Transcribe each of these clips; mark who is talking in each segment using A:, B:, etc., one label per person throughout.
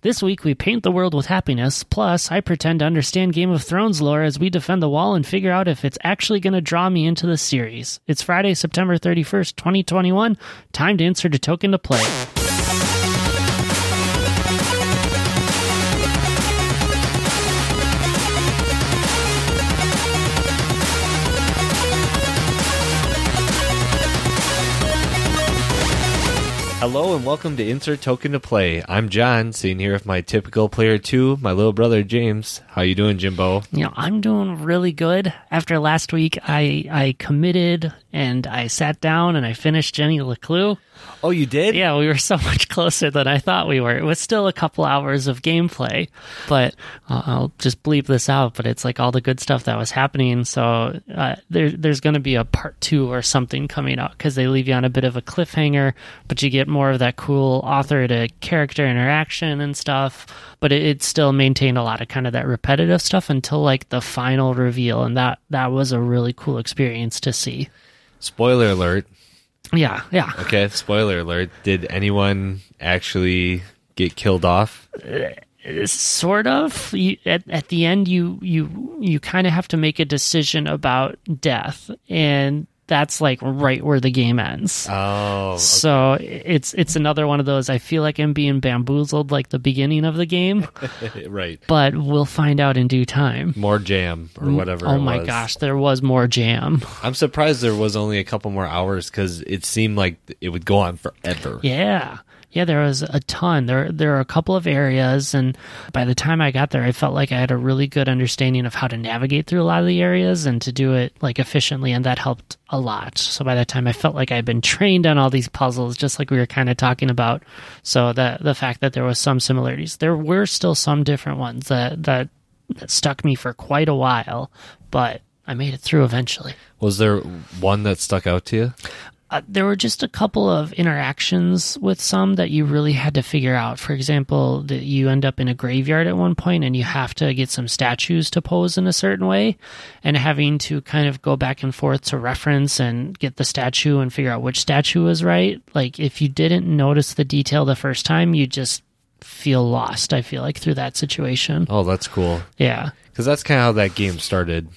A: This week we paint the world with happiness, plus I pretend to understand Game of Thrones lore as we defend the wall and figure out if it's actually going to draw me into the series. It's Friday, September 31st, 2021. Time to insert a token to play.
B: Hello and welcome to Insert Token to Play. I'm John, sitting here with my typical player two, my little brother James. How you doing, Jimbo?
A: You know, I'm doing really good. After last week, I I committed and I sat down and I finished Jenny LeClue.
B: Oh, you did?
A: Yeah, we were so much closer than I thought we were. It was still a couple hours of gameplay, but I'll- I'll just bleep this out. But it's like all the good stuff that was happening. So uh, there, there's going to be a part two or something coming out because they leave you on a bit of a cliffhanger, but you get more of that cool author to character interaction and stuff. But it, it still maintained a lot of kind of that repetitive stuff until like the final reveal, and that that was a really cool experience to see.
B: Spoiler alert.
A: Yeah, yeah.
B: Okay, spoiler alert. Did anyone actually get killed off?
A: sort of you, at, at the end you you you kind of have to make a decision about death and that's like right where the game ends
B: Oh,
A: so it's it's another one of those i feel like i'm being bamboozled like the beginning of the game
B: right.
A: but we'll find out in due time
B: More jam or whatever.
A: oh
B: it
A: my
B: was.
A: gosh there was more jam
B: I'm surprised there was only a couple more hours because it seemed like it would go on forever.
A: Yeah. Yeah, there was a ton. There there are a couple of areas and by the time I got there I felt like I had a really good understanding of how to navigate through a lot of the areas and to do it like efficiently and that helped a lot. So by the time I felt like I'd been trained on all these puzzles just like we were kind of talking about. So the the fact that there was some similarities. There were still some different ones that that, that stuck me for quite a while, but I made it through eventually
B: Was there one that stuck out to you?
A: uh, there were just a couple of interactions with some that you really had to figure out. For example, that you end up in a graveyard at one point and you have to get some statues to pose in a certain way, and having to kind of go back and forth to reference and get the statue and figure out which statue was right. Like, if you didn't notice the detail the first time, you just feel lost, I feel like, through that situation.
B: Oh, that's cool.
A: Yeah.
B: because that's kind of how that game started.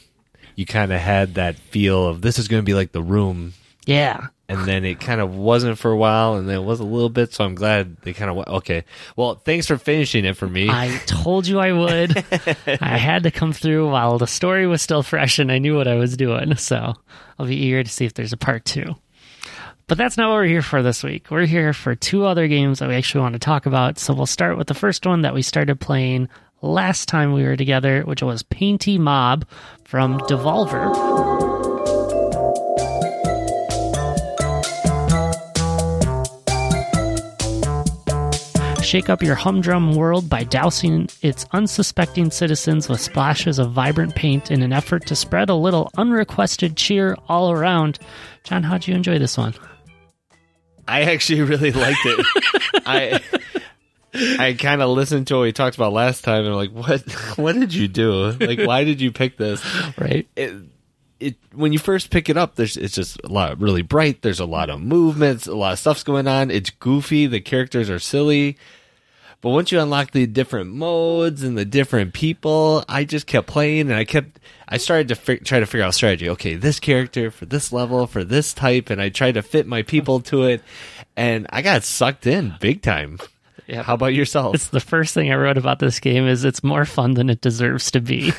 B: You kind of had that feel of this is going to be like the room,
A: Yeah.
B: and then it kind of wasn't for a while, and then it was a little bit. So I'm glad they kind of went, okay. Well, thanks for finishing it for me.
A: I told you I would. I had to come through while the story was still fresh and I knew what I was doing. So I'll be eager to see if there's a part two. But that's not what we're here for this week. We're here for two other games that we actually want to talk about. So we'll start with the first one that we started playing last time we were together, which was Painty Mob from Devolver. Shake up your humdrum world by dousing its unsuspecting citizens with splashes of vibrant paint in an effort to spread a little unrequested cheer all around. John, how'd you enjoy this one?
B: I actually really liked it. I I kind of listened to what we talked about last time, and I'm like, what What did you do? Like, why did you pick this?
A: Right.
B: it, it when you first pick it up, there's it's just a lot really bright. There's a lot of movements, a lot of stuff's going on. It's goofy. The characters are silly. But once you unlock the different modes and the different people, I just kept playing and I kept I started to fi- try to figure out strategy. Okay, this character for this level for this type, and I tried to fit my people to it, and I got sucked in big time. How about yourself?
A: It's the first thing I wrote about this game is it's more fun than it deserves to be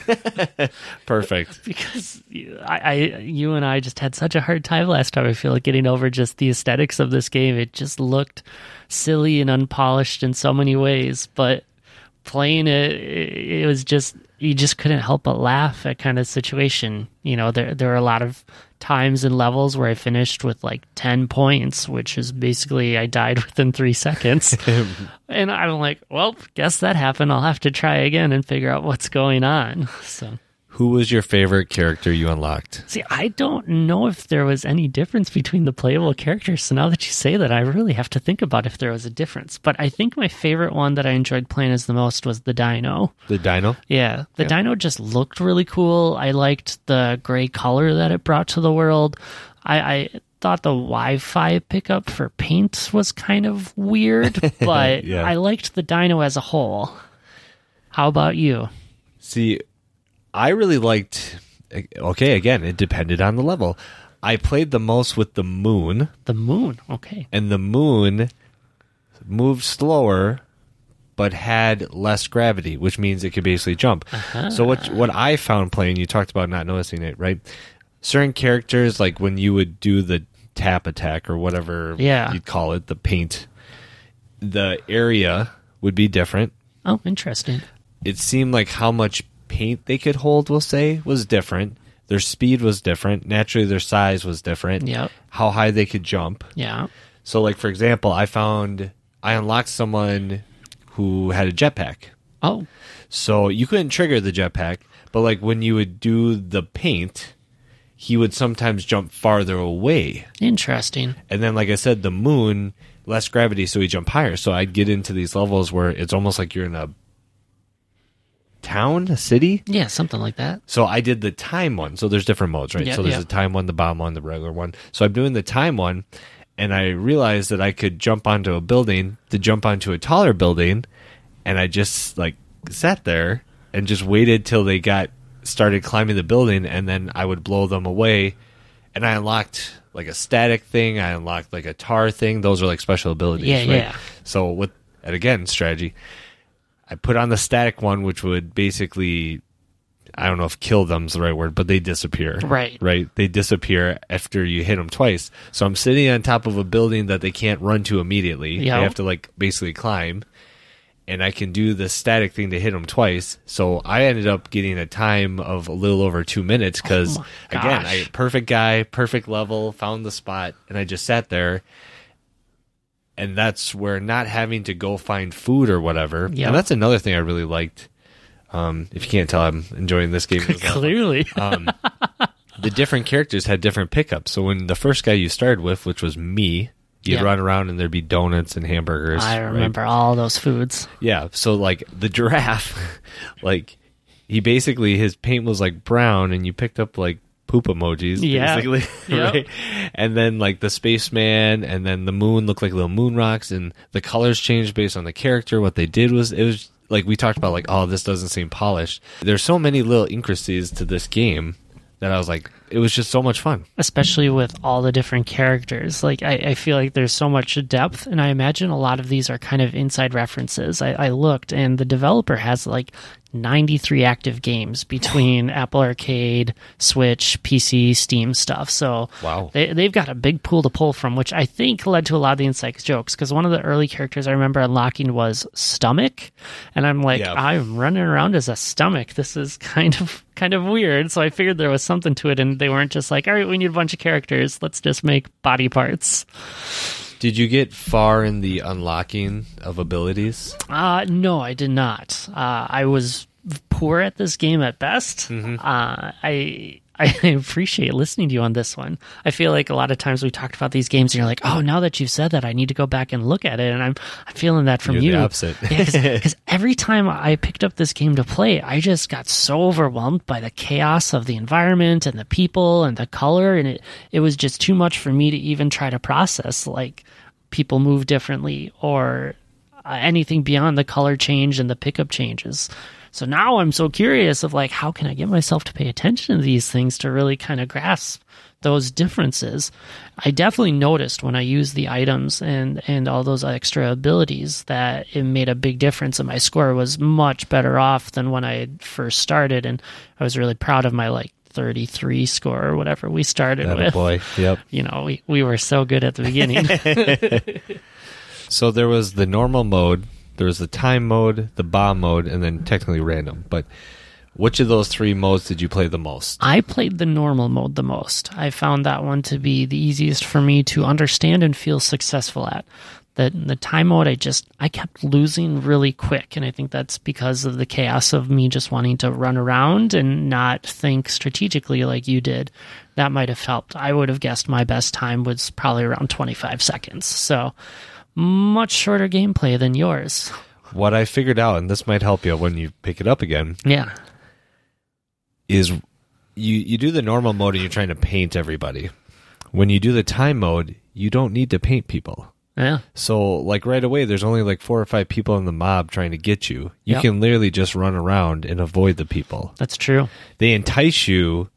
B: Perfect.
A: because you- I, I you and I just had such a hard time last time. I feel like getting over just the aesthetics of this game. It just looked silly and unpolished in so many ways, but playing it, it it was just you just couldn't help but laugh at kind of situation. You know, there there were a lot of times and levels where I finished with like ten points, which is basically I died within three seconds. and I'm like, well, guess that happened. I'll have to try again and figure out what's going on. So.
B: Who was your favorite character you unlocked?
A: See, I don't know if there was any difference between the playable characters. So now that you say that, I really have to think about if there was a difference. But I think my favorite one that I enjoyed playing as the most was the Dino.
B: The Dino.
A: Yeah, the Dino just looked really cool. I liked the gray color that it brought to the world. I, I thought the Wi-Fi pickup for paints was kind of weird, but
B: Yeah.
A: I liked the dyno as a whole. How about you?
B: See, I really liked. Okay, again, it depended on the level. I played the most with the moon,
A: The moon. Okay.
B: and the moon moved slower, but had less gravity, which means it could basically jump. So what what I found playing, you talked about not noticing it, right? Certain characters, like when you would do the tap attack or whatever
A: Yeah.
B: you'd call it, the paint, the area would be different
A: Oh, interesting.
B: it seemed like how much paint they could hold, we'll say, was different. Their speed was different. Naturally, their size was different.
A: Yep.
B: How high they could jump.
A: Yeah.
B: So, like for example, I found I unlocked someone who had a jetpack.
A: Oh,
B: So you couldn't trigger the jetpack, but like when you would do the paint, he would sometimes jump farther away.
A: interesting.
B: And then, like I said, the moon less gravity, so he jump higher. So I'd get into these levels where it's almost like you're in a town, a city.
A: Yeah, something like that.
B: So I did the time one. So there's different modes, right?
A: Yeah,
B: so there's
A: yeah.
B: the time one, the bomb one, the regular one. So I'm doing the time one, and I realized that I could jump onto a building to jump onto a taller building, and I just like sat there and just waited till they got started climbing the building, and then I would blow them away. And I unlocked like a static thing. I unlocked like a tar thing. Those are like special abilities.
A: Yeah,
B: right?
A: yeah.
B: So with and again strategy, I put on the static one, which would basically I don't know if kill them's the right word, but they disappear.
A: Right.
B: Right. They disappear after you hit them twice. So I'm sitting on top of a building that they can't run to immediately.
A: Yeah.
B: They have to like basically climb. And I can do the static thing to hit them twice. So I ended up getting a time of a little over two minutes because,
A: Oh my
B: again,
A: gosh.
B: I perfect guy, perfect level, found the spot, and I just sat there. And that's where not having to go find food or whatever.
A: Yeah.
B: And that's another thing I really liked. Um, if you can't tell, I'm enjoying this game. as well
A: Clearly.
B: the different characters had different pickups. So when the first guy you started with, which was me, you'd
A: Yeah.
B: run around and there'd be donuts and hamburgers.
A: I
B: right?
A: remember all those foods.
B: Yeah. So like the giraffe, like he basically his paint was like brown, and you picked up like poop emojis.
A: Yeah.
B: Basically,
A: Yep.
B: right? And then like the spaceman, and then the moon looked like little moon rocks, and the colors changed based on the character. What they did was it was like we talked about like oh this doesn't seem polished. There's so many little intricacies to this game that I was like it was just so much fun.
A: especially with all the different characters. Like I, I feel like there's so much depth, and I imagine a lot of these are kind of inside references. I, I looked, and the developer has like 93 active games between Apple Arcade, Switch, PC, Steam stuff. So
B: Wow.
A: they, they've got a big pool to pull from, which I think led to a lot of the inside jokes. Because one of the early characters I remember unlocking was Stomach, and I'm like,
B: Yeah.
A: I'm running around as a stomach. This is kind of kind of weird. So I figured there was something to it, and they weren't just like, all right, we need a bunch of characters. Let's just make body parts.
B: Did you get far in the unlocking of abilities?
A: Uh, no, I did not. Uh, I was poor at this game at best.
B: Mm-hmm.
A: Uh, I. I appreciate listening to you on this one. I feel like a lot of times we talked about these games, and you're like, "Oh, now that you've said that, I need to go back and look at it." And I'm, I'm feeling that from
B: You're
A: you.
B: the opposite.
A: because every time I picked up this game to play, I just got so overwhelmed by the chaos of the environment and the people and the color, and it it was just too much for me to even try to process. Like people move differently, or uh, anything beyond the color change and the pickup changes. So now I'm so curious of like how can I get myself to pay attention to these things to really kind of grasp those differences. I definitely noticed when I used the items and and all those extra abilities that it made a big difference and my score was much better off than when I had first started and I was really proud of my like 33 score or whatever we started with.
B: boy. Yep.
A: You know, we, we were so good at the beginning.
B: So there was the normal mode, there was the time mode, the bomb mode, and then technically random. But which of those three modes did you play the most?
A: I played the normal mode the most. I found that one to be the easiest for me to understand and feel successful at. The the time mode I just I kept losing really quick and I think that's because of the chaos of me just wanting to run around and not think strategically like you did. That might have helped. I would have guessed my best time was probably around 25 seconds. So much shorter gameplay than yours.
B: What I figured out, and this might help you when you pick it up again,
A: Yeah.
B: is you you do the normal mode and you're trying to paint everybody. when you do the time mode, you don't need to paint people.
A: Yeah.
B: So like right away, there's only like four or five people in the mob trying to get you. You
A: Yep.
B: can literally just run around and avoid the people.
A: That's true.
B: They entice you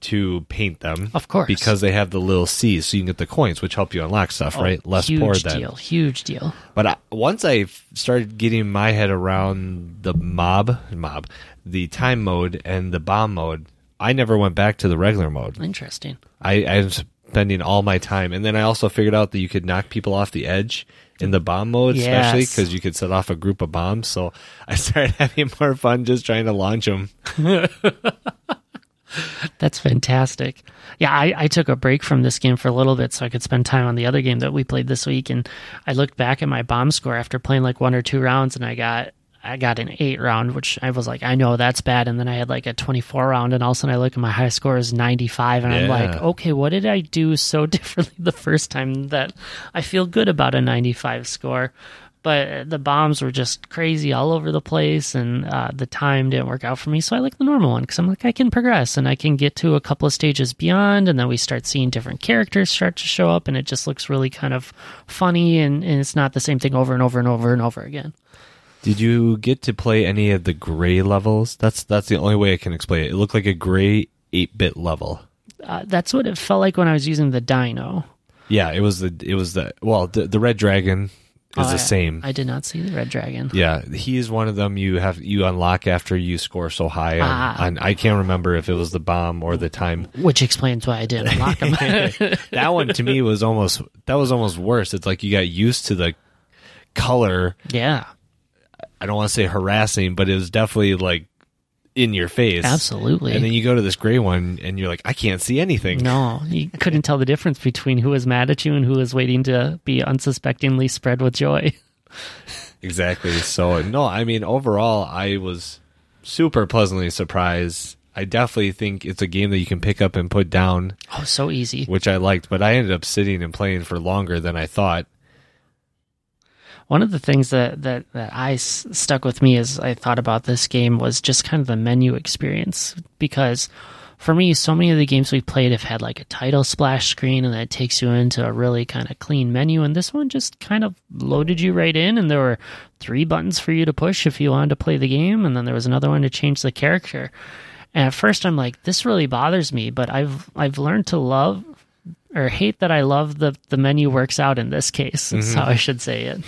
B: to paint them,
A: Of course.
B: because they have the little C's, so you can get the coins, which help you unlock stuff, right? Less
A: Oh, huge
B: poor then.
A: deal. Huge deal.
B: But I, once I f- started getting my head around the mob, mob, the time mode and the bomb mode, I never went back to the regular mode.
A: Interesting.
B: I, I'm spending all my time, and then I also figured out that you could knock people off the edge in the bomb mode, especially
A: Yes.
B: because you could set off a group of bombs. So I started having more fun just trying to launch them.
A: That's fantastic. Yeah, I, I took a break from this game for a little bit so I could spend time on the other game that we played this week and I looked back at my bomb score after playing like one or two rounds and I got I got an eight round, which I was like, I know that's bad. And then I had like a 24 round, and all of a sudden I look at my high score is 95, and I'm
B: Yeah.
A: like, okay, what did I do so differently the first time that I feel good about a 95 score? But the bombs were just crazy all over the place, and uh, the time didn't work out for me. So I like the normal one because I'm like, I can progress and I can get to a couple of stages beyond, and then we start seeing different characters start to show up, and it just looks really kind of funny, and, and it's not the same thing over and over and over and over again.
B: Did you get to play any of the gray levels? That's that's the only way I can explain it. It looked like a gray eight bit level.
A: Uh, that's what it felt like when I was using the dino.
B: Yeah, it was the it was the well the, the red dragon is
A: Oh,
B: the
A: I-
B: same.
A: I did not see the red dragon.
B: yeah, he is one of them. You have you unlock after you score so high. On,
A: Ah.
B: on- I can't remember if it was the bomb or the time.
A: Which explains why I didn't unlock him.
B: That one to me was almost that was almost worse. It's like you got used to the color.
A: yeah,
B: I don't want to say harassing, but it was definitely like in your face.
A: absolutely.
B: And then you go to this gray one, and you're like, I can't see anything.
A: no, you couldn't tell the difference between who was mad at you and who was waiting to be unsuspectingly spread with joy.
B: Exactly. So no, I mean overall, I was super pleasantly surprised. I definitely think it's a game that you can pick up and put down,
A: Oh, so easy.
B: which I liked. But I ended up sitting and playing for longer than I thought.
A: One of the things that that that I s- stuck with me as I thought about this game was just kind of the menu experience because for me, so many of the games we played have had like a title splash screen, and that takes you into a really kind of clean menu. And this one just kind of loaded you right in, and there were three buttons for you to push if you wanted to play the game, and then there was another one to change the character. And at first, I'm like, this really bothers me, but I've I've learned to love or hate that I love the the menu works out in this case. That's how I should say it.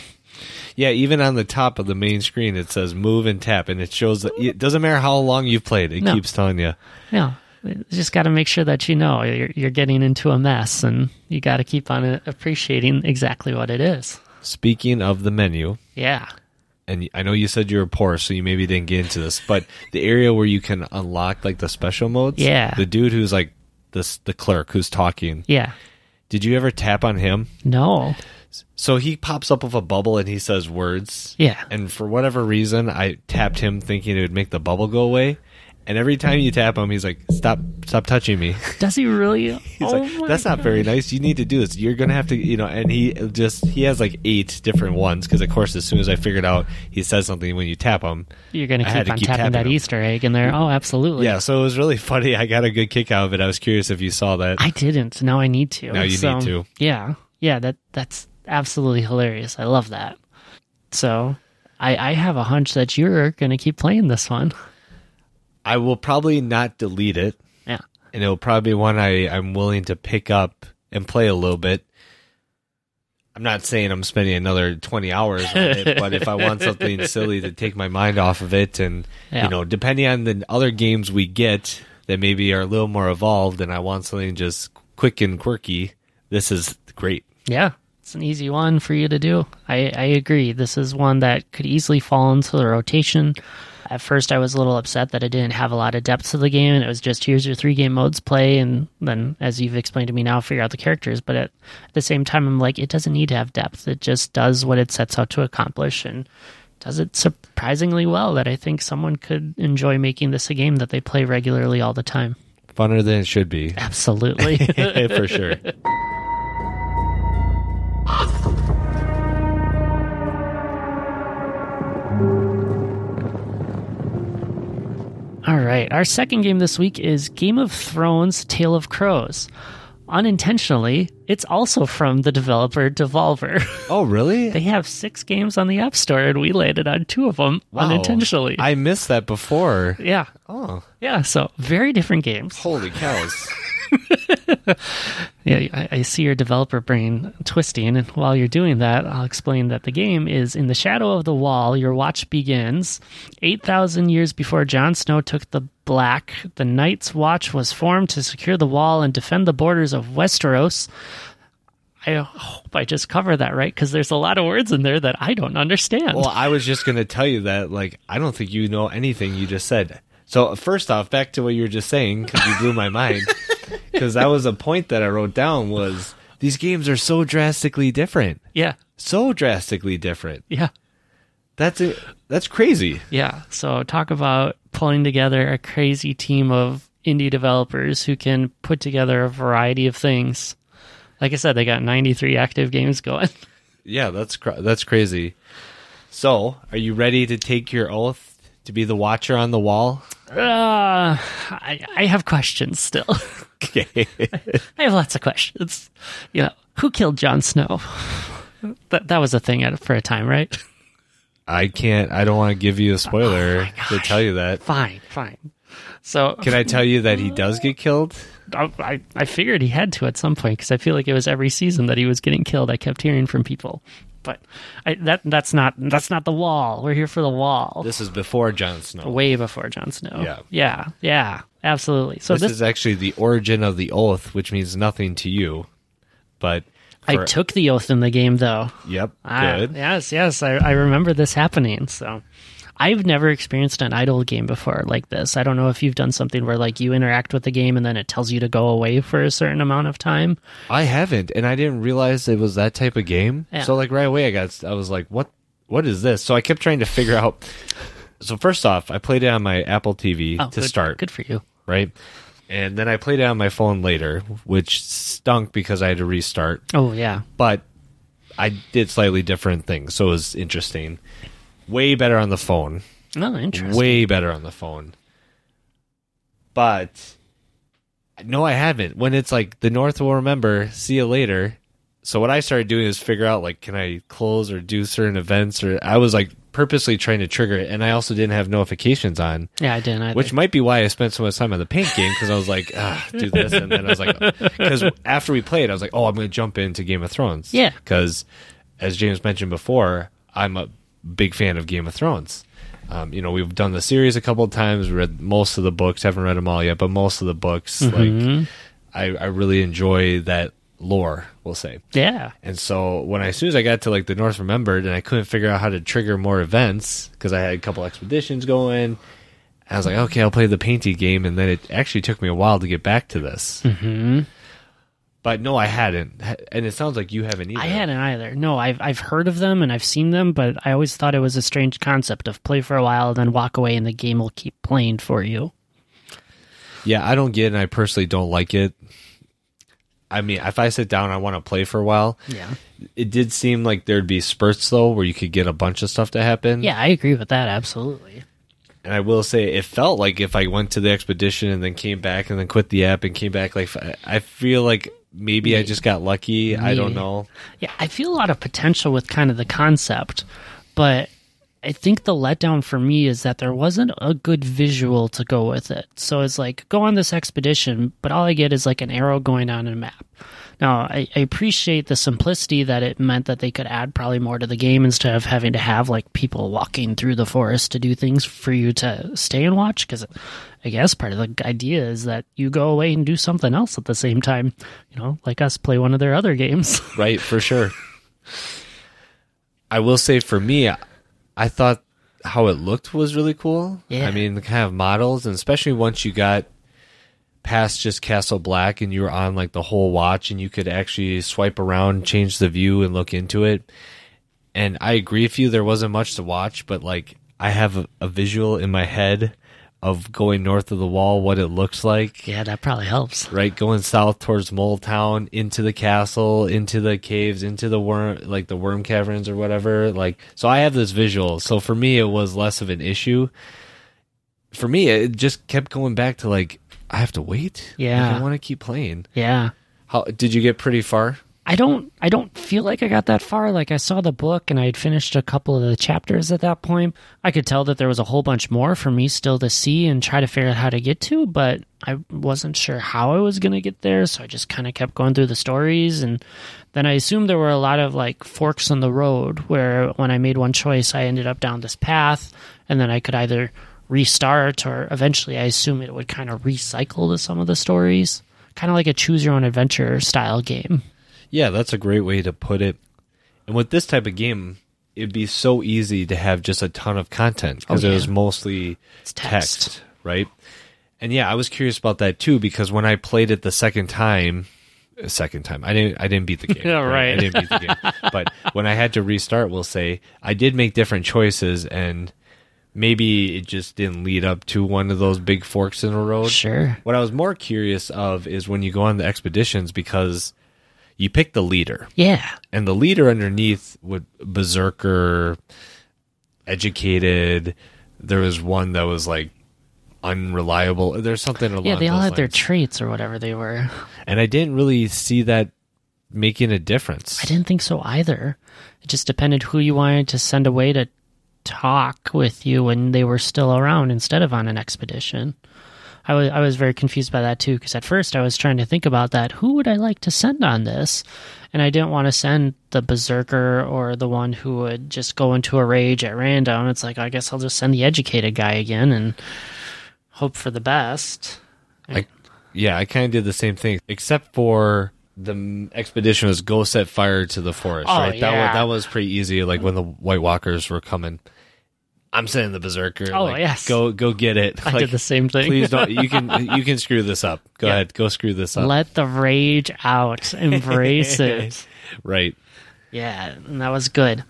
B: Yeah, even on the top of the main screen, it says move and tap, and it shows that it doesn't matter how long you've played. It
A: No.
B: keeps telling you.
A: No, you just got to make sure that you know you're, you're getting into a mess, and you got to keep on uh, appreciating exactly what it is.
B: Speaking of the menu,
A: Yeah,
B: and I know you said you were poor, so you maybe didn't get into this, but the area where you can unlock like the special modes.
A: Yeah.
B: The dude who's like this, the clerk who's talking.
A: yeah.
B: Did you ever tap on him?
A: No,
B: So he pops up with a bubble and he says words.
A: Yeah.
B: And for whatever reason, I tapped him thinking it would make the bubble go away. And every time you tap him, he's like, "Stop! Stop touching me!"
A: does he really? Oh
B: He's like, "That's not very nice. You need to do this. You're gonna have to, you know." And he just he has like eight different ones because, of course, as soon as I figured out he says something when you tap him,
A: You're gonna
B: I had
A: keep
B: to
A: on
B: keep
A: tapping
B: tapping
A: that
B: him.
A: Easter egg in there. Oh, absolutely.
B: Yeah, so it was really funny. I got a good kick out of it. I was curious if you saw that.
A: I didn't. Now I need to.
B: Now you
A: So,
B: need to.
A: Yeah, yeah. That that's absolutely hilarious. I love that. So, I I have a hunch that you're gonna keep playing this one.
B: I will probably not delete it,
A: Yeah.
B: and it'll probably be one I, I'm willing to pick up and play a little bit. I'm not saying I'm spending another 20 hours on it, but if I want something silly to take my mind off of it, and
A: Yeah.
B: you know, depending on the other games we get that maybe are a little more evolved, and I want something just quick and quirky, this is great.
A: Yeah, it's an easy one for you to do. I, I agree. This is one that could easily fall into the rotation. At first, I was a little upset that it didn't have a lot of depth to the game, and it was just here's your three game modes play, and then as you've explained to me now, figure out the characters. But at the same time, I'm like, it doesn't need to have depth. It just does what it sets out to accomplish, and does it surprisingly well. That I think someone could enjoy making this a game that they play regularly all the time.
B: Funner than it should be,
A: Absolutely.
B: for sure.
A: All right. Our second game this week is Game of Thrones Tale of Crows. unintentionally, it's also from the developer Devolver.
B: Oh, really?
A: they have six games on the App Store, and we landed on two of them
B: Wow.
A: unintentionally.
B: I missed that before.
A: yeah,
B: Oh,
A: yeah. So very different games.
B: holy cows.
A: Yeah, I, I see your developer brain twisting, and while you're doing that, I'll explain that the game is in the shadow of the wall. Your watch begins eight thousand years before Jon Snow took the Black. The Night's Watch was formed to secure the wall and defend the borders of Westeros. I hope I just cover that right because there's a lot of words in there that I don't understand.
B: well, I was just going to tell you that, like, I don't think you know anything you just said. So, first off, back to what you were just saying, because you blew my mind. Because that was a point that I wrote down was these games are so drastically different.
A: yeah,
B: So drastically different.
A: yeah.
B: That's a, that's crazy.
A: Yeah. So talk about pulling together a crazy team of indie developers who can put together a variety of things. Like I said, they got 93 active games going.
B: Yeah, that's cr- that's crazy. So, are you ready to take your oath to be the watcher on the wall?
A: Uh, I, I have questions still.
B: Okay.
A: I have lots of questions. You know, who killed Jon Snow? That, that was a thing at, for a time, right?
B: I can't. I don't want to give you a spoiler to tell you that.
A: Fine, fine. So
B: Can I tell you that he does get killed?
A: I, I, I figured he had to at some point because I feel like it was every season that he was getting killed. I kept hearing from people, but I, that that's not that's not the wall. We're here for the wall.
B: This is before Jon Snow.
A: Way before Jon Snow.
B: Yeah.
A: yeah, yeah, absolutely. So
B: This
A: this,
B: is actually the origin of the oath, which means nothing to you. But
A: I
B: for-
A: took the oath in the game though.
B: Yep.
A: Ah,
B: good.
A: yes, yes, I, I remember this happening. So. I've never experienced an idle game before like this. I don't know if you've done something where like you interact with the game and then it tells you to go away for a certain amount of time.
B: I haven't, and I didn't realize it was that type of game.
A: Yeah.
B: So like right away, I got I was like, what What is this? So I kept trying to figure out. So first off, I played it on my Apple TV
A: Oh,
B: to
A: good-
B: start,
A: Good for you.
B: right? And then I played it on my phone later, which stunk because I had to restart.
A: Oh yeah.
B: But I did slightly different things, so it was interesting. Way better on the phone.
A: Oh, interesting.
B: Way better on the phone. But no, I haven't. When it's like the North will remember, see you later. So what I started doing is figure out like can I close or do certain events or I was like purposely trying to trigger it and I also didn't have notifications on,
A: Yeah, I didn't. Either.
B: which might be why I spent so much time on the paint game because I was like, ah, do this and then I was like cuz after we played I was like, oh, I'm going to jump into Game of Thrones.
A: Yeah.
B: Cuz as James mentioned before, I'm a big fan of Game of Thrones. Um, you know, we've done the series a couple of times, read most of the books, haven't read them all yet, but most of the books like I, I really enjoy that lore, we'll say.
A: yeah,
B: And so when I, as soon as I got to like the North Remembered and I couldn't figure out how to trigger more events because I had a couple expeditions going, I was like, okay, I'll play the painty game. And then it actually took me a while to get back to this. Mm-hmm. But no, I hadn't. Ha- And it sounds like you haven't either.
A: I hadn't either. No, I've I've heard of them and I've seen them, but I always thought it was a strange concept of play for a while and then walk away and the game will keep playing for you.
B: Yeah, I don't get it. And I personally don't like it. I mean, if I sit down, I want to play for a while.
A: Yeah,
B: It did seem like there'd be spurts though, where you could get a bunch of stuff to happen.
A: yeah, I agree with that absolutely.
B: And I will say, it felt like if I went to the expedition and then came back and then quit the app and came back, like I- I feel like maybe I just got lucky. I don't know.
A: Yeah, I feel a lot of potential with kind of the concept, but I think the letdown for me is that there wasn't a good visual to go with it. So it's like, go on this expedition, but all I get is like an arrow going on a map. Now, I, I appreciate the simplicity that it meant that they could add probably more to the game instead of having to have like people walking through the forest to do things for you to stay and watch. Because I guess part of the idea is that you go away and do something else at the same time, you know, like us play one of their other games.
B: Right, for sure. I will say for me, I- I thought how it looked was really cool.
A: Yeah.
B: I mean, the kind of models, and especially once you got past just Castle Black and you were on like the whole watch and you could actually swipe around, change the view, and look into it. And I agree with you, there wasn't much to watch, but like I have a, a visual in my head of going north of the wall, what it looks like
A: Yeah, that probably helps.
B: right going south towards mole town into the castle into the caves into the worm like the worm caverns or whatever like so i have this visual so for me it was less of an issue for me it just kept going back to like i have to wait Like,
A: Yeah.
B: i want to keep playing
A: Yeah.
B: How did you get pretty far?
A: I don't I don't feel like I got that far. Like I saw the book and I had finished a couple of the chapters at that point. I could tell that there was a whole bunch more for me still to see and try to figure out how to get to, but I wasn't sure how I was going to get there, so I just kind of kept going through the stories and then I assumed there were a lot of like forks in the road where when I made one choice I ended up down this path and then I could either restart or eventually I assume it would kind of recycle to some of the stories, kind of like a choose your own adventure style game.
B: Yeah, that's a great way to put it. And with this type of game, it'd be so easy to have just a ton of content because
A: Oh,
B: it
A: yeah.
B: was mostly
A: It's
B: text.
A: text.
B: right? And yeah, I was curious about that too because when I played it the second time, uh, second time, I didn't, I didn't beat the game.
A: Yeah, right.
B: I didn't beat the game. but when I had to restart, we'll say I did make different choices and maybe it just didn't lead up to one of those big forks in the road.
A: Sure.
B: What I was more curious of is when you go on the expeditions because you pick the leader
A: Yeah.
B: and the leader underneath would berserker educated there was one that was like unreliable there's something along
A: Yeah, they all
B: those
A: had their
B: lines.
A: traits or whatever they were.
B: and i didn't really see that making a difference
A: I didn't think so either. It just depended who you wanted to send away to talk with you when they were still around instead of on an expedition. I was I was very confused by that too because at first I was trying to think about that who would I like to send on this and I didn't want to send the berserker or the one who would just go into a rage at random it's like I guess I'll just send the educated guy again and hope for the best
B: I, yeah i kind of did the same thing except for the m- expedition was go set fire to the forest
A: Oh,
B: right that,
A: yeah.
B: was, that was pretty easy like when the white walkers were coming i'm sending the berserker
A: Oh,
B: like,
A: yes.
B: go go get it
A: I did the same thing
B: please don't you can you can screw this up go
A: Yeah.
B: ahead go screw this up
A: let the rage out embrace it
B: Right.
A: Yeah, and that was good.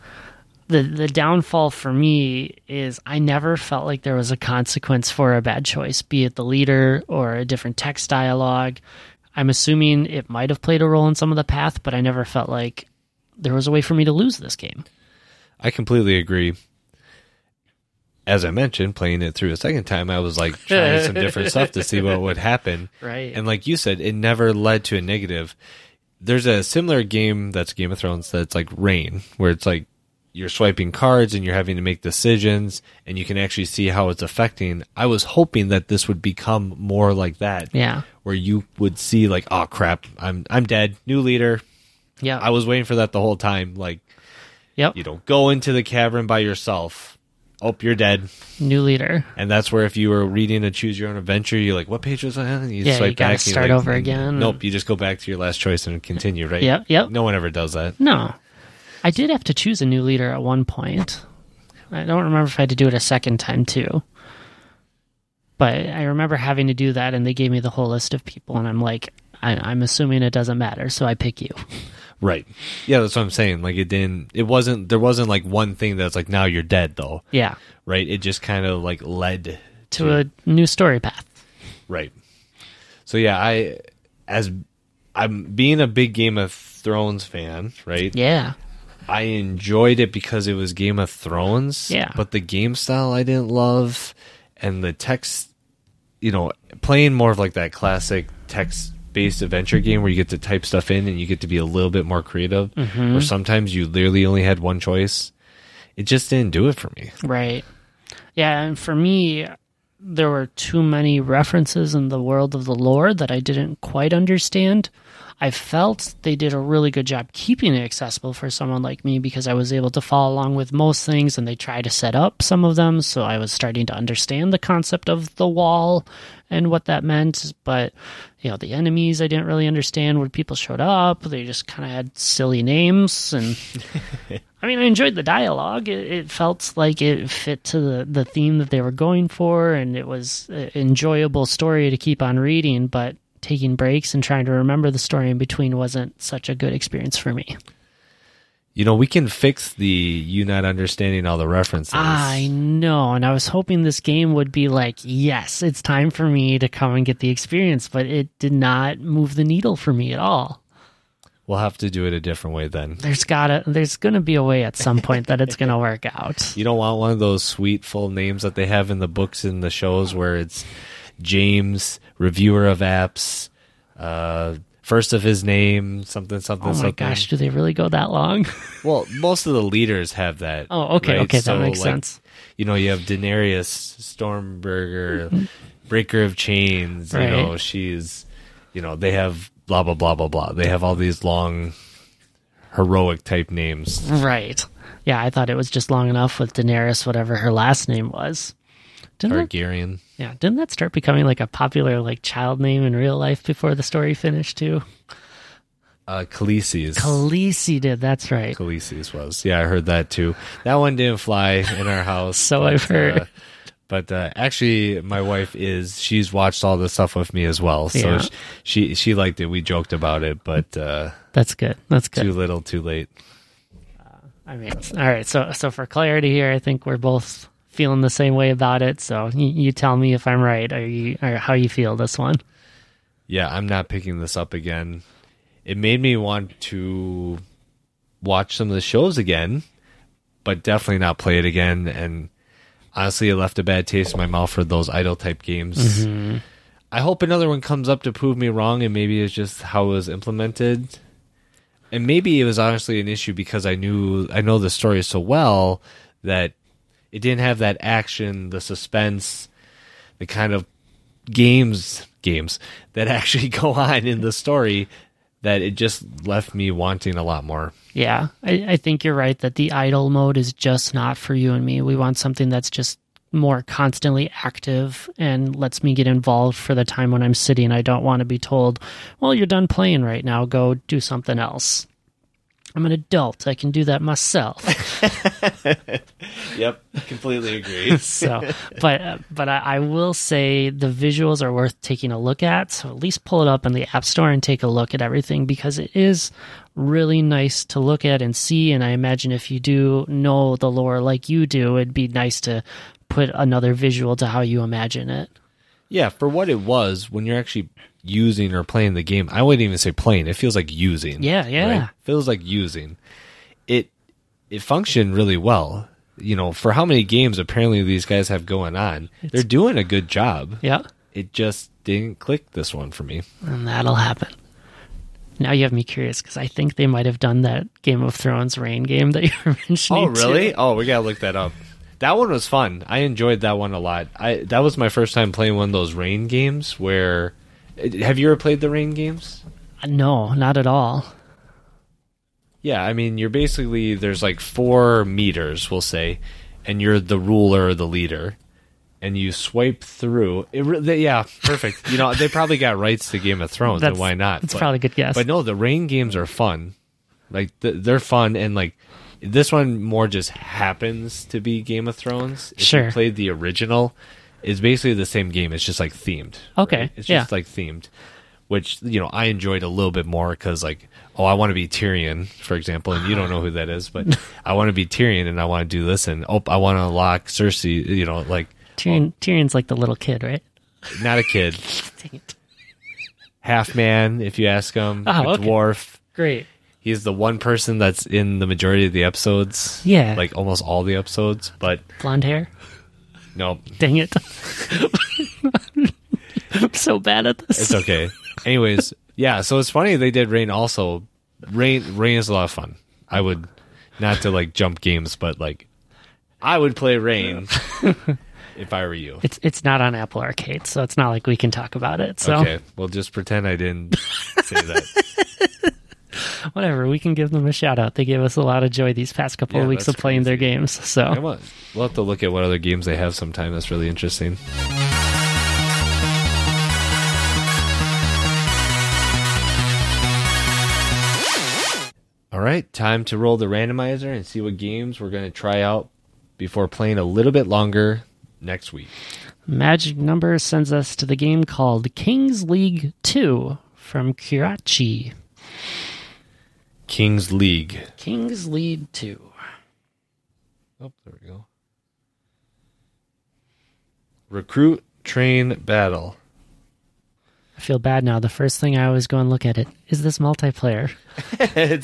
A: The the downfall for me is I never felt like there was a consequence for a bad choice, be it the leader or a different text dialogue. I'm assuming it might have played a role in some of the path, but I never felt like there was a way for me to lose this game.
B: I completely agree. As I mentioned, playing it through a second time, I was like trying some different stuff to see what would happen.
A: Right.
B: And like you said, it never led to a negative. There's a similar game that's Game of Thrones that's like Rain, where it's like you're swiping cards and you're having to make decisions and you can actually see how it's affecting. I was hoping that this would become more like that.
A: Yeah.
B: Where you would see like, oh crap, I'm I'm dead. New leader.
A: Yeah.
B: I was waiting for that the whole time. Like
A: yep.
B: you know, go into the cavern by yourself. Oh, you're dead.
A: New leader.
B: And that's where if you were reading a choose your own adventure, you're like, what page was I on? And you
A: Yeah,
B: swipe
A: you gotta
B: back and you're
A: start
B: like, "Mm,
A: over again.
B: Nope, you just go back to your last choice and continue, right?
A: Yep, yep.
B: No one ever does that.
A: No. I did have to choose a new leader at one point. I don't remember if I had to do it a second time too. But I remember having to do that and they gave me the whole list of people and I'm like I, I'm assuming it doesn't matter, so I pick you.
B: Right. Yeah, that's what I'm saying. Like it didn't it wasn't there wasn't like one thing that's like now you're dead though.
A: Yeah.
B: Right? It just kind of like led
A: To a new story path.
B: Right. So yeah, I as I'm being a big Game of Thrones fan, right?
A: Yeah.
B: I enjoyed it because it was Game of Thrones.
A: Yeah.
B: But the game style I didn't love and the text, you know, playing more of like that classic text based adventure game where you get to type stuff in and you get to be a little bit more creative,
A: Mm-hmm.
B: or sometimes you literally only had one choice. It just didn't do it for me.
A: Right. Yeah, and for me, there were too many references in the world of the lore that I didn't quite understand. I felt they did a really good job keeping it accessible for someone like me because I was able to follow along with most things and they try to set up some of them. So I was starting to understand the concept of the wall and what that meant. But, you know, the enemies I didn't really understand when people showed up. They just kind of had silly names and. I mean, I enjoyed the dialogue. It, it felt like it fit to the, the theme that they were going for, and it was an enjoyable story to keep on reading, but taking breaks and trying to remember the story in between wasn't such a good experience for me.
B: You know, we can fix the you not understanding all the references.
A: Ah, I know, and I was hoping this game would be like, yes, it's time for me to come and get the experience, but it did not move the needle for me at all.
B: We'll have to do it a different way then.
A: There's gotta, there's gonna be a way at some point that it's gonna work out.
B: You don't want one of those sweet full names that they have in the books and the shows where it's James, reviewer of apps, uh, first of his name, something, something,
A: Oh my
B: something.
A: gosh, do they really go that long?
B: Well, most of the leaders have that.
A: Oh, okay, okay, that makes
B: like,
A: sense.
B: You know, you have Daenerys Stormberger, Breaker of Chains.
A: Mm-hmm. Right.
B: You know, she's. You know, they have blah blah blah blah blah. They have all these long, heroic type names.
A: right. Yeah, I thought it was just long enough with Daenerys, whatever her last name was. Didn't that,
B: Targaryen.
A: yeah, didn't that start becoming like a popular like child name in real life before the story finished too?
B: Uh, Khaleesi's.
A: Khaleesi did. That's right.
B: Khaleesi's was. Yeah, I heard that too. That one didn't fly in our house.
A: So
B: but,
A: I've heard.
B: uh, but uh, actually, my wife is. She's watched all this stuff with me as well. So
A: Yeah.
B: sh- she she liked it. We joked about it, but uh,
A: That's good. That's good.
B: too little, too late.
A: I mean, all right. So, so for clarity here, I think we're both feeling the same way about it. So, you, you tell me if I'm right. Are you or how you feel this one?
B: Yeah, I'm not picking this up again. It made me want to watch some of the shows again, but definitely not play it again. And honestly, it left a bad taste in my mouth for those idle type games. I hope another one comes up to prove me wrong, and maybe it's just how it was implemented. And maybe it was honestly an issue because I knew I know the story so well that it didn't have that action, the suspense, the kind of games games that actually go on in the story that it just left me wanting a lot more.
A: Yeah, I, I think you're right that the idle mode is just not for you and me. We want something that's just more constantly active and lets me get involved for the time when I'm sitting. I don't want to be told, well, you're done playing right now. Go do something else. I'm an adult. I can do that myself.
B: Yep, completely agree.
A: so but but I, I will say the visuals are worth taking a look at so at least pull it up in the app store and take a look at everything because it is really nice to look at and see and i imagine if you do know the lore like you do it'd be nice to put another visual to how you imagine it
B: yeah, for what it was, when you're actually using or playing the game, I wouldn't even say playing. It feels like using.
A: Yeah, yeah.
B: Feels like using. It it functioned really well. You know, for how many games apparently these guys have going on, they're doing a good job.
A: yeah
B: It just didn't click this one for me.
A: and that'll happen now you have me curious because I think they might have done that Game of Thrones rain game that you were mentioning.
B: Oh,
A: too.
B: really? Oh, we gotta look that up. That one was fun. I enjoyed that one a lot. I that was my first time playing one of those rain games. Where have you ever played the rain games?
A: No, not at all.
B: Yeah, I mean, you're basically there's like four meters, we'll say, and you're the ruler, or the leader, and you swipe through. It, re- they, yeah, perfect. You know, they probably got rights to Game of Thrones, and
A: That's-
B: why not?
A: that's
B: But-
A: probably a good guess.
B: But no, the rain games are fun. Like th- they're fun, and like this one more just happens to be Game of Thrones. If
A: Sure.
B: you played the original, it's basically the same game. It's just like themed.
A: Okay,
B: It's
A: yeah.
B: just like themed which you know I enjoyed a little bit more because like oh I want to be Tyrion for example and you don't know who that is but I want to be Tyrion and I want to do this and oh I want to unlock Cersei you know like
A: Tyrion, Tyrion's like the little kid, right?
B: not a kid
A: Dang it.
B: half man if you ask him
A: Oh,
B: a
A: okay.
B: dwarf
A: Great.
B: he's the one person that's in the majority of the episodes
A: Yeah.
B: like almost all the episodes but
A: Blonde hair?
B: no
A: Dang it. I'm so bad at this.
B: it's okay anyways yeah so it's funny they did Rain also Rain Rain is a lot of fun I would not to like jump games but like I would play Rain if I were you
A: It's it's not on Apple Arcade, so it's not like we can talk about it. So
B: okay well just pretend I didn't say that
A: whatever, we can give them a shout out. They gave us a lot of joy these past couple
B: Yeah,
A: of weeks of
B: that's
A: playing their games.
B: come
A: So
B: on we'll have to look at what other games they have sometime that's really interesting All right, time to roll the randomizer and see what games we're going to try out before playing a little bit longer next week.
A: Magic Number sends us to the game called Kings League Two from Kirachi.
B: Kings League.
A: Kings League Two.
B: Oh, there we go. Recruit, train, battle.
A: I feel bad now. The first thing I always go and look at it is this multiplayer.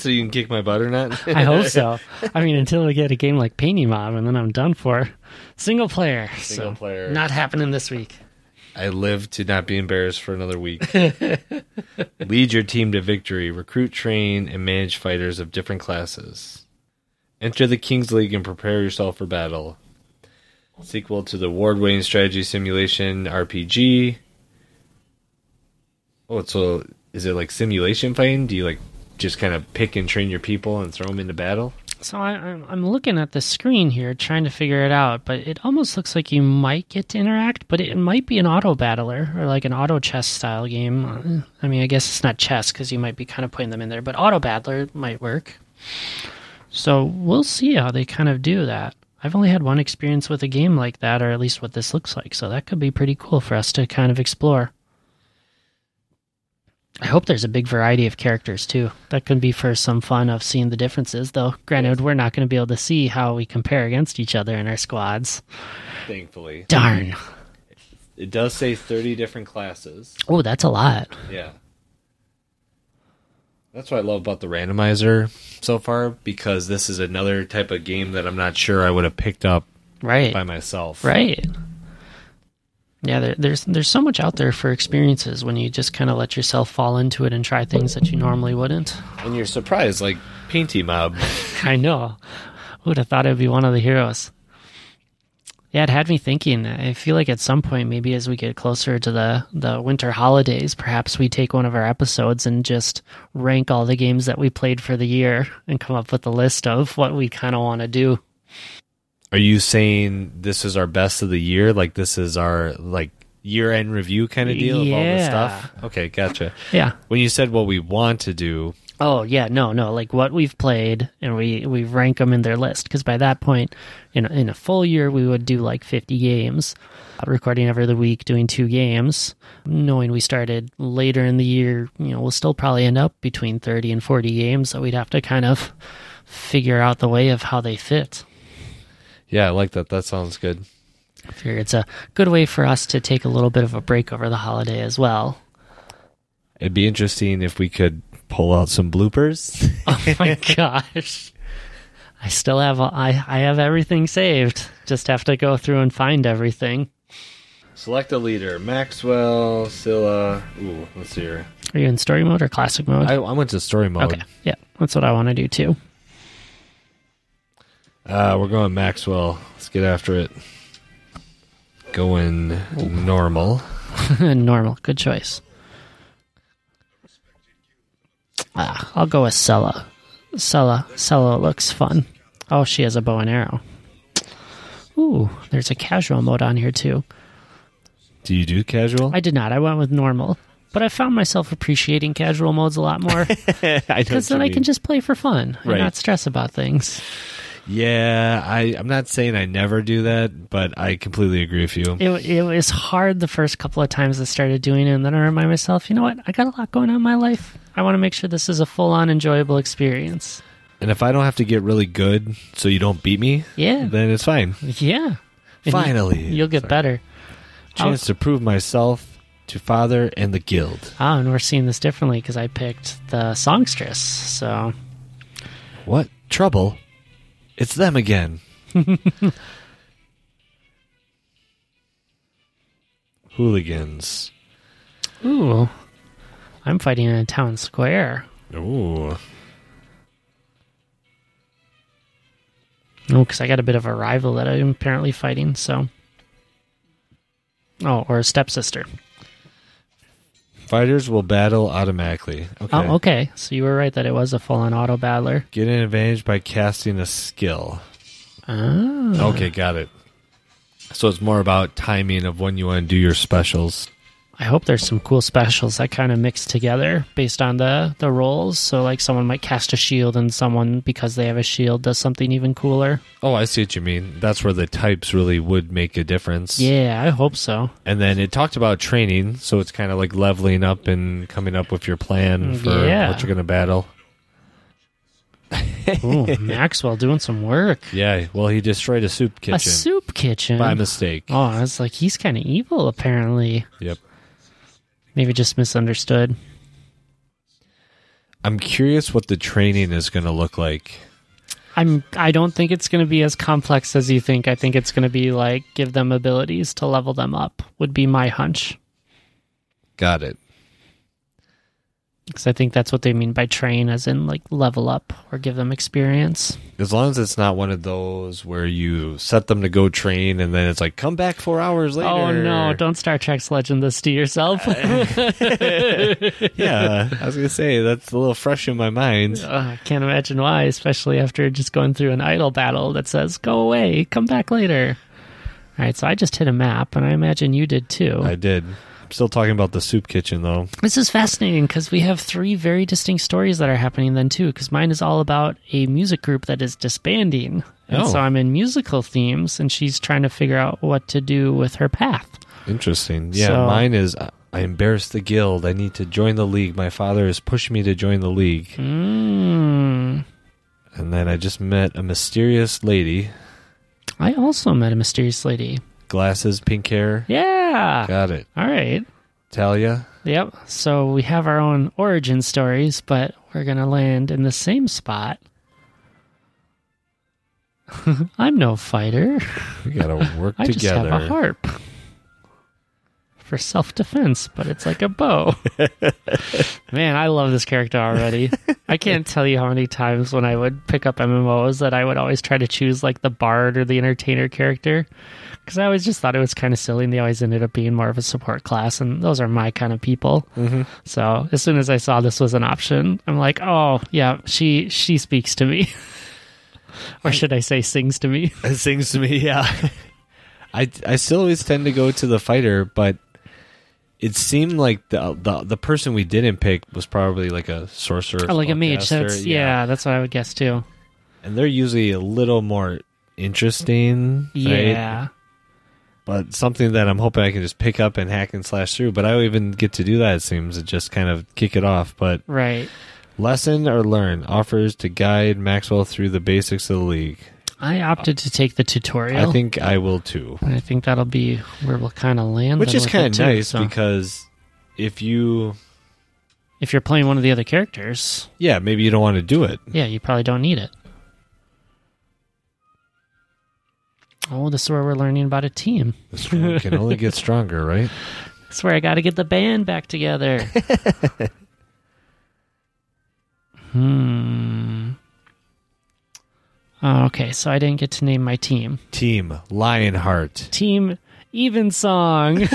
B: so you can kick my butt or not?
A: I hope so. I mean, until we get a game like Painty Mob, and then I'm done for. Single player.
B: Single
A: so
B: player.
A: Not happening this week.
B: I live to not be embarrassed for another week. Lead your team to victory. Recruit, train, and manage fighters of different classes. Enter the King's League and prepare yourself for battle. Sequel to the award winning strategy simulation RPG. Oh, so is it like simulation fighting? Do you like just kind of pick and train your people and throw them into battle?
A: So I, I'm I'm looking at the screen here, trying to figure it out, but it almost looks like you might get to interact, but it might be an auto battler or like an auto chess style game. I mean, I guess it's not chess because you might be kind of putting them in there, but auto battler might work. So we'll see how they kind of do that. I've only had one experience with a game like that, or at least what this looks like, so that could be pretty cool for us to kind of explore. I hope there's a big variety of characters too. That could be for some fun of seeing the differences, though. Granted, we're not going to be able to see how we compare against each other in our squads.
B: Thankfully.
A: Darn.
B: It does say 30 different classes.
A: Oh, that's a lot.
B: Yeah. That's what I love about the randomizer so far because this is another type of game that I'm not sure I would have picked up
A: Right.
B: by myself.
A: Right. Yeah, there, there's there's so much out there for experiences when you just kind of let yourself fall into it and try things that you normally wouldn't.
B: And you're surprised, like Painty Mob.
A: I know. Would have thought it would be one of the heroes. Yeah, it had me thinking. I feel like at some point, maybe as we get closer to the, the winter holidays, perhaps we take one of our episodes and just rank all the games that we played for the year and come up with a list of what we kind of want to do.
B: Are you saying this is our best of the year? Like this is our like year end review kind of deal of all this
A: Yeah.
B: stuff? Okay, gotcha.
A: Yeah.
B: When you said what we want to do,
A: Oh yeah, no, no, like what we've played, and we we rank them in their list because by that point, in a, in a full year, we would do like fifty games, uh, recording every other week, doing two games. Knowing we started later in the year, you know, we'll still probably end up between thirty and forty games, so we'd have to kind of figure out the way of how they fit.
B: yeah, I like that. That sounds good.
A: I figure it's a good way for us to take a little bit of a break over the holiday as well.
B: It'd be interesting if we could pull out some bloopers.
A: Oh my gosh. I still have all- I I have everything saved. Just have to go through and find everything.
B: Select a leader: Maxwell, Scylla. Ooh, let's see here.
A: Are you in story mode or classic mode?
B: I, I went to story mode.
A: okay. Yeah. That's what I want to do too.
B: Uh, we're going Maxwell. Let's get after it. Going normal.
A: Normal. Good choice. Ah, I'll go with Sella. Sella. Sella looks fun. Oh, she has a bow and arrow. Ooh, there's a casual mode on here too.
B: Do you do casual?
A: I did not. I went with normal. But I found myself appreciating casual modes a lot more.
B: I
A: because then I can just play for fun and
B: Right.
A: not stress about things.
B: Yeah, I, I'm not saying I never do that, but I completely agree with you.
A: It, it was hard the first couple of times I started doing it, and then I remind myself, you know what? I got a lot going on in my life. I want to make sure this is a full on enjoyable experience.
B: And if I don't have to get really good so you don't beat me,
A: Yeah,
B: then it's fine.
A: yeah. And
B: Finally.
A: you, will get better.
B: Chance to prove myself to father and the guild.
A: Ah, and we're seeing this differently because I picked the songstress. So
B: What trouble? It's them again. Hooligans.
A: ooh, I'm fighting in a town square.
B: Ooh.
A: No, because I got a bit of a rival that I'm apparently fighting. So, oh, or a stepsister.
B: Fighters will battle automatically. Okay.
A: Oh, okay. So you were right that it was a full-on auto battler.
B: Get an advantage by casting a skill.
A: Oh,
B: Okay, got it. So it's more about timing of when you want to do your specials.
A: I hope there's some cool specials that kind of mix together based on the the roles. So like someone might cast a shield, and someone because they have a shield does something even cooler.
B: Oh, I see what you mean. That's where the types really would make a difference.
A: Yeah, I hope so.
B: And then it talked about training, so it's kind of like leveling up and coming up with your plan for
A: Yeah.
B: what you're going to battle.
A: Ooh, Maxwell doing some work.
B: Yeah, well, he destroyed a soup kitchen
A: A soup kitchen.
B: by mistake.
A: oh, I was like, he's kind of evil apparently.
B: Yep.
A: Maybe just misunderstood.
B: I'm curious what the training is going to look like.
A: I'm I don't think it's going to be as complex as you think. I think it's going to be like give them abilities to level them up would be my hunch
B: Got it.
A: because I think that's what they mean by train as in like level up or give them experience.
B: As long as it's not one of those where you set them to go train and then it's like come back four hours later.
A: Oh no, don't Star Trek's legend this to yourself.
B: Yeah, I was gonna say that's a little fresh in my mind.
A: Uh, I can't imagine why, especially after just going through an idle battle that says, go away, come back later. All right, so I just hit a map, and I imagine you did too.
B: I did. I'm still talking about the soup kitchen though.
A: This is fascinating because we have three very distinct stories that are happening then too. Because mine is all about a music group that is disbanding, and
B: Oh.
A: so I'm in musical themes, and she's trying to figure out what to do with her path.
B: Interesting. Yeah,
A: So-
B: mine is uh, I embarrassed the guild. I need to join the league. My father has pushed me to join the league.
A: Hmm. Mm.
B: And then I just met a mysterious lady,
A: I also met a mysterious lady.
B: glasses, pink hair.
A: Yeah.
B: Got it.
A: All right.
B: Talia.
A: Yep. So we have our own origin stories, but we're going to land in the same spot. I'm no fighter.
B: We gotta work
A: I just have
B: together.
A: a harp for self defense, but it's like a bow. Man, I love this character already. I can't tell you how many times when I would pick up MMOs that I would always try to choose like the bard or the entertainer character because I always just thought it was kind of silly and they always ended up being more of a support class, and those are my kind of people.
B: Mm-hmm.
A: So as soon as I saw this was an option, I'm like, oh, yeah, she she speaks to me. or should I say sings to me?
B: It sings to me, yeah. I, I still always tend to go to the fighter, but it seemed like the the, the person we didn't pick was probably like a sorcerer,
A: Oh, like a mage.
B: spellcaster,
A: That's yeah. that's what I would guess too.
B: And they're usually a little more interesting, right?
A: Yeah,
B: But something that I'm hoping I can just pick up and hack and slash through. But I don't even get to do that. It seems to just kind of kick it off. But
A: right.
B: lesson or learn offers to guide Maxwell through the basics of the league.
A: I opted to take the tutorial.
B: I think I will too.
A: And I think that'll be where we'll kind of land.
B: Which
A: then
B: is
A: with
B: kind
A: it,
B: of
A: too,
B: nice
A: so.
B: because if you
A: if you're playing one of the other characters,
B: yeah, maybe you don't want to do it.
A: yeah, you probably don't need it. Oh, this is where we're learning about a team.
B: This one can only get stronger, right?
A: That's where I got to get the band back together. hmm. Oh, okay, so I didn't get to name my team.
B: Team Lionheart.
A: Team Evensong.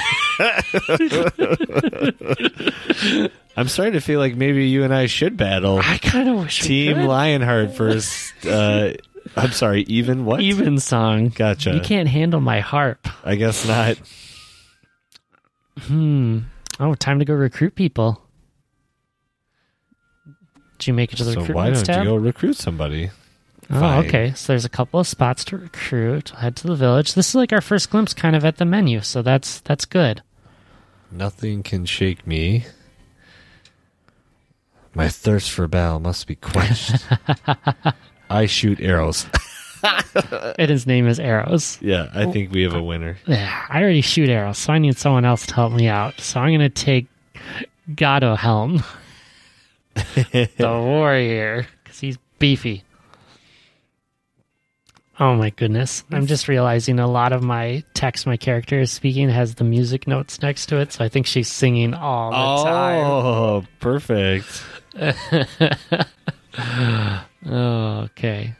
B: I'm starting to feel like maybe you and I should battle
A: I kind of wish
B: Team
A: we could.
B: Lionheart versus. Uh, I'm sorry, even what?
A: Evensong.
B: Gotcha.
A: You can't handle my harp.
B: I guess not.
A: Hmm. Oh, time to go recruit people. Did you make it to the
B: So why
A: recruitment
B: don't
A: tab?
B: you go recruit somebody?
A: oh,
B: Fine.
A: okay. So there's a couple of spots to recruit. Head to the village. This is like our first glimpse, kind of at the menu. So that's that's good.
B: Nothing can shake me. My thirst for battle must be quenched. I shoot arrows. Uh,
A: And his name is Arrows.
B: yeah, I think we have a winner.
A: Yeah, I already shoot arrows, so I need someone else to help me out. So I'm gonna take Gato Helm, the warrior, because he's beefy. Oh my goodness! I'm just realizing a lot of my text my character is speaking has the music notes next to it, so I think she's singing all the time.
B: Oh, perfect.
A: Oh, okay.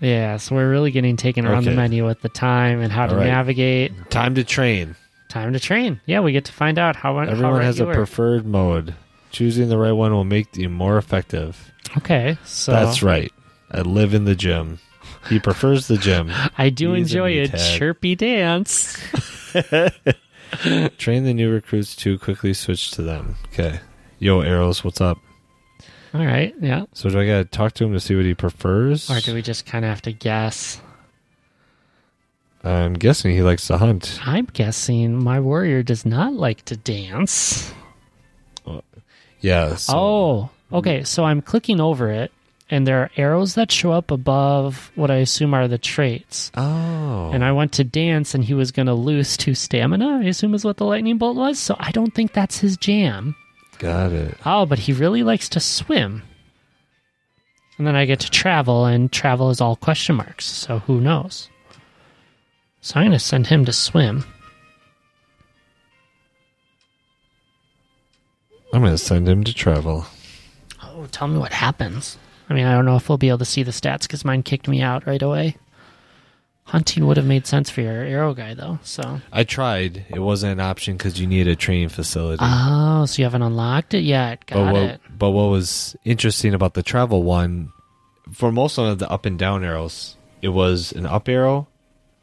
A: Yeah, so we're really getting taken around the
B: Okay.
A: menu with the time and how to
B: All right.
A: navigate.
B: Time to train.
A: Time to train. Yeah, we get to find out how how
B: Everyone
A: right
B: has
A: you
B: a
A: were.
B: preferred mode. Choosing the right one will make you more effective.
A: Okay, so
B: That's right. I live in the gym. He prefers the gym.
A: I do
B: He's a
A: enjoy a
B: meathead.
A: chirpy dance.
B: Train the new recruits to quickly switch to them. Okay. Yo, Arrows, what's up?
A: All right, yeah.
B: So do I gotta talk to him to see what he prefers?
A: Or do we just kind of have to guess?
B: I'm guessing he likes to hunt.
A: I'm guessing my warrior does not like to dance.
B: Yeah. So
A: Oh,
B: Mm-hmm.
A: okay. So I'm clicking over it, and there are arrows that show up above what I assume are the traits.
B: Oh.
A: And I went to dance, and he was going to lose to stamina, I assume is what the lightning bolt was. So I don't think that's his jam.
B: Got it.
A: Oh, but he really likes to swim. And then I get to travel, and travel is all question marks, so who knows? So I'm going to send him to swim.
B: I'm going to send him to travel.
A: Oh, tell me what happens. I mean, I don't know if we'll be able to see the stats because mine kicked me out right away. Hunting would have made sense for your arrow guy, though. So,
B: I tried. It wasn't an option because you need a training facility.
A: oh, so you haven't unlocked it yet?
B: but
A: Got
B: what,
A: it.
B: but what was interesting about the travel one, for most of the up and down arrows, it was an up arrow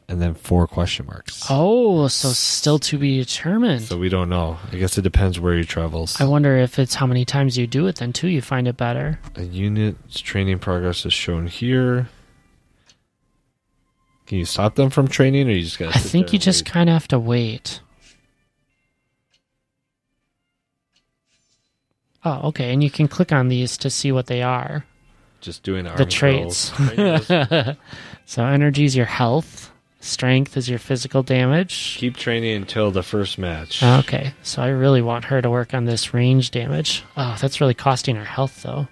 B: and then four question marks.
A: Oh, so still to be determined.
B: So we don't know. I guess it depends where he travels.
A: I wonder if it's how many times you do it, then too, you find it better.
B: A unit's training progress is shown here. Can you stop them from training, or you just gotta?
A: I
B: sit
A: think
B: there
A: you
B: and
A: just
B: wait?
A: kind of have to wait. Oh, okay. And you can click on these to see what they are.
B: just doing arm
A: the traits.
B: curls. Right? Just
A: So, energy is your health, strength is your physical damage.
B: Keep training until the first match.
A: Okay. So, I really want her to work on this range damage. Oh, that's really costing her health, though.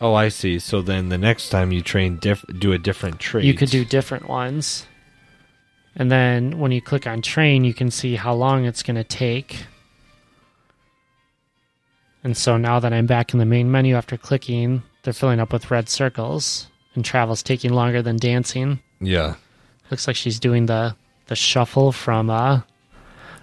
B: oh, I see. So then the next time you train, diff- do a different trait.
A: You could do different ones. And then when you click on train, you can see how long it's going to take. And so now that I'm back in the main menu after clicking, they're filling up with red circles and travel's taking longer than dancing.
B: Yeah.
A: Looks like she's doing the the shuffle from uh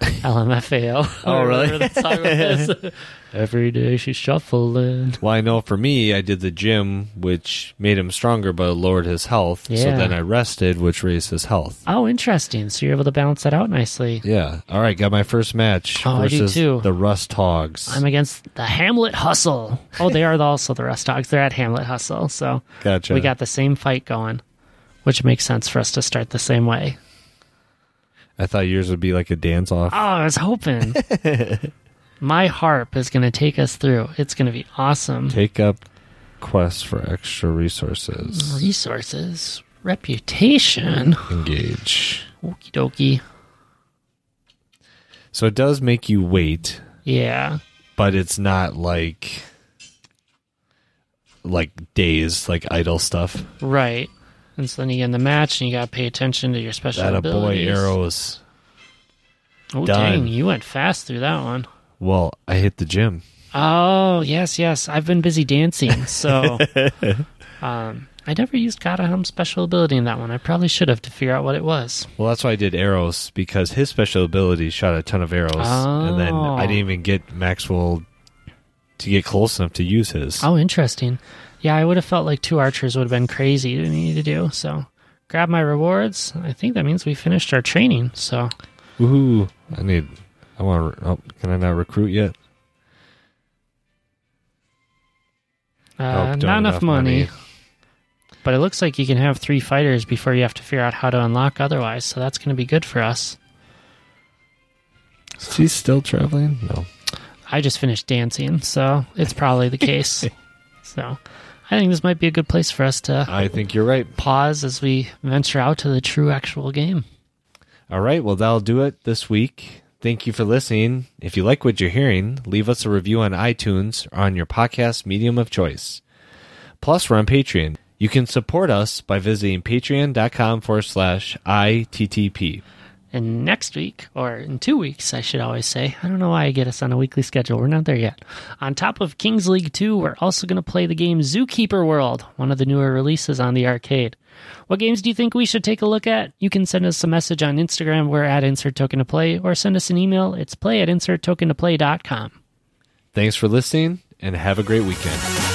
A: LMFAO.
B: Oh, really?
A: Whatever the song is. Every day she's shuffling.
B: Well, I know for me, I did the gym, which made him stronger, but it lowered his health. So
A: Yeah.
B: then I rested, which raised his health.
A: Oh, interesting. So you're able to balance that out nicely.
B: Yeah. All right. Got my first match
A: Oh, I do
B: versus
A: too.
B: the Rust Hogs.
A: I'm against the Hamlet Hustle. Oh, they are the- also the Rust Dogs. They're at Hamlet Hustle, so
B: gotcha.
A: we got the same fight going, which makes sense for us to start the same way.
B: I thought yours would be like a dance off.
A: Oh, I was hoping. My harp is going to take us through. It's going to be awesome.
B: Take up quests for extra resources.
A: Resources, reputation,
B: Engage.
A: okie dokie.
B: So it does make you wait,
A: Yeah,
B: but it's not like like days, like idle stuff.
A: right. And so then you get in the match, and you got to pay attention to your special
B: That a boy
A: abilities.
B: arrows.
A: Oh,
B: Done.
A: dang! You went fast through that one.
B: Well, I hit the gym.
A: Oh yes, yes. I've been busy dancing, so um, I never used Gataham's special ability in that one. I probably should have to figure out what it was.
B: Well, that's why I did arrows because his special ability shot a ton of arrows, and then I
A: Oh.
B: didn't even get Maxwell to get close enough to use his.
A: Oh, interesting. Yeah, I would have felt like two archers would have been crazy to me to do. So grab my rewards. I think that means we finished our training. So
B: Woohoo! I need. I want. to. Oh, can I not recruit yet?
A: uh,
B: Oh,
A: not
B: don't
A: enough money. But it looks like you can have three fighters before you have to figure out how to unlock otherwise. So that's going to be good for us.
B: Is he still traveling? No.
A: I just finished dancing, so it's probably the case. so I think this might be a good place for us to
B: I think you're right.
A: pause as we venture out to the true actual game.
B: All right. Well, that'll do it this week. Thank you for listening. If you like what you're hearing, leave us a review on iTunes or on your podcast medium of choice. Plus, we're on Patreon. You can support us by visiting patreon.com forward slash ITTP.
A: And next week, or in two weeks, I should always say, I don't know why I get us on a weekly schedule. We're not there yet. On top of Kings League 2, we're also going to play the game Zookeeper World, one of the newer releases on the arcade. What games do you think we should take a look at? You can send us a message on Instagram. We're at insert token to play, or send us an email. It's play at insert token to play.com.
B: Thanks for listening and have a great weekend.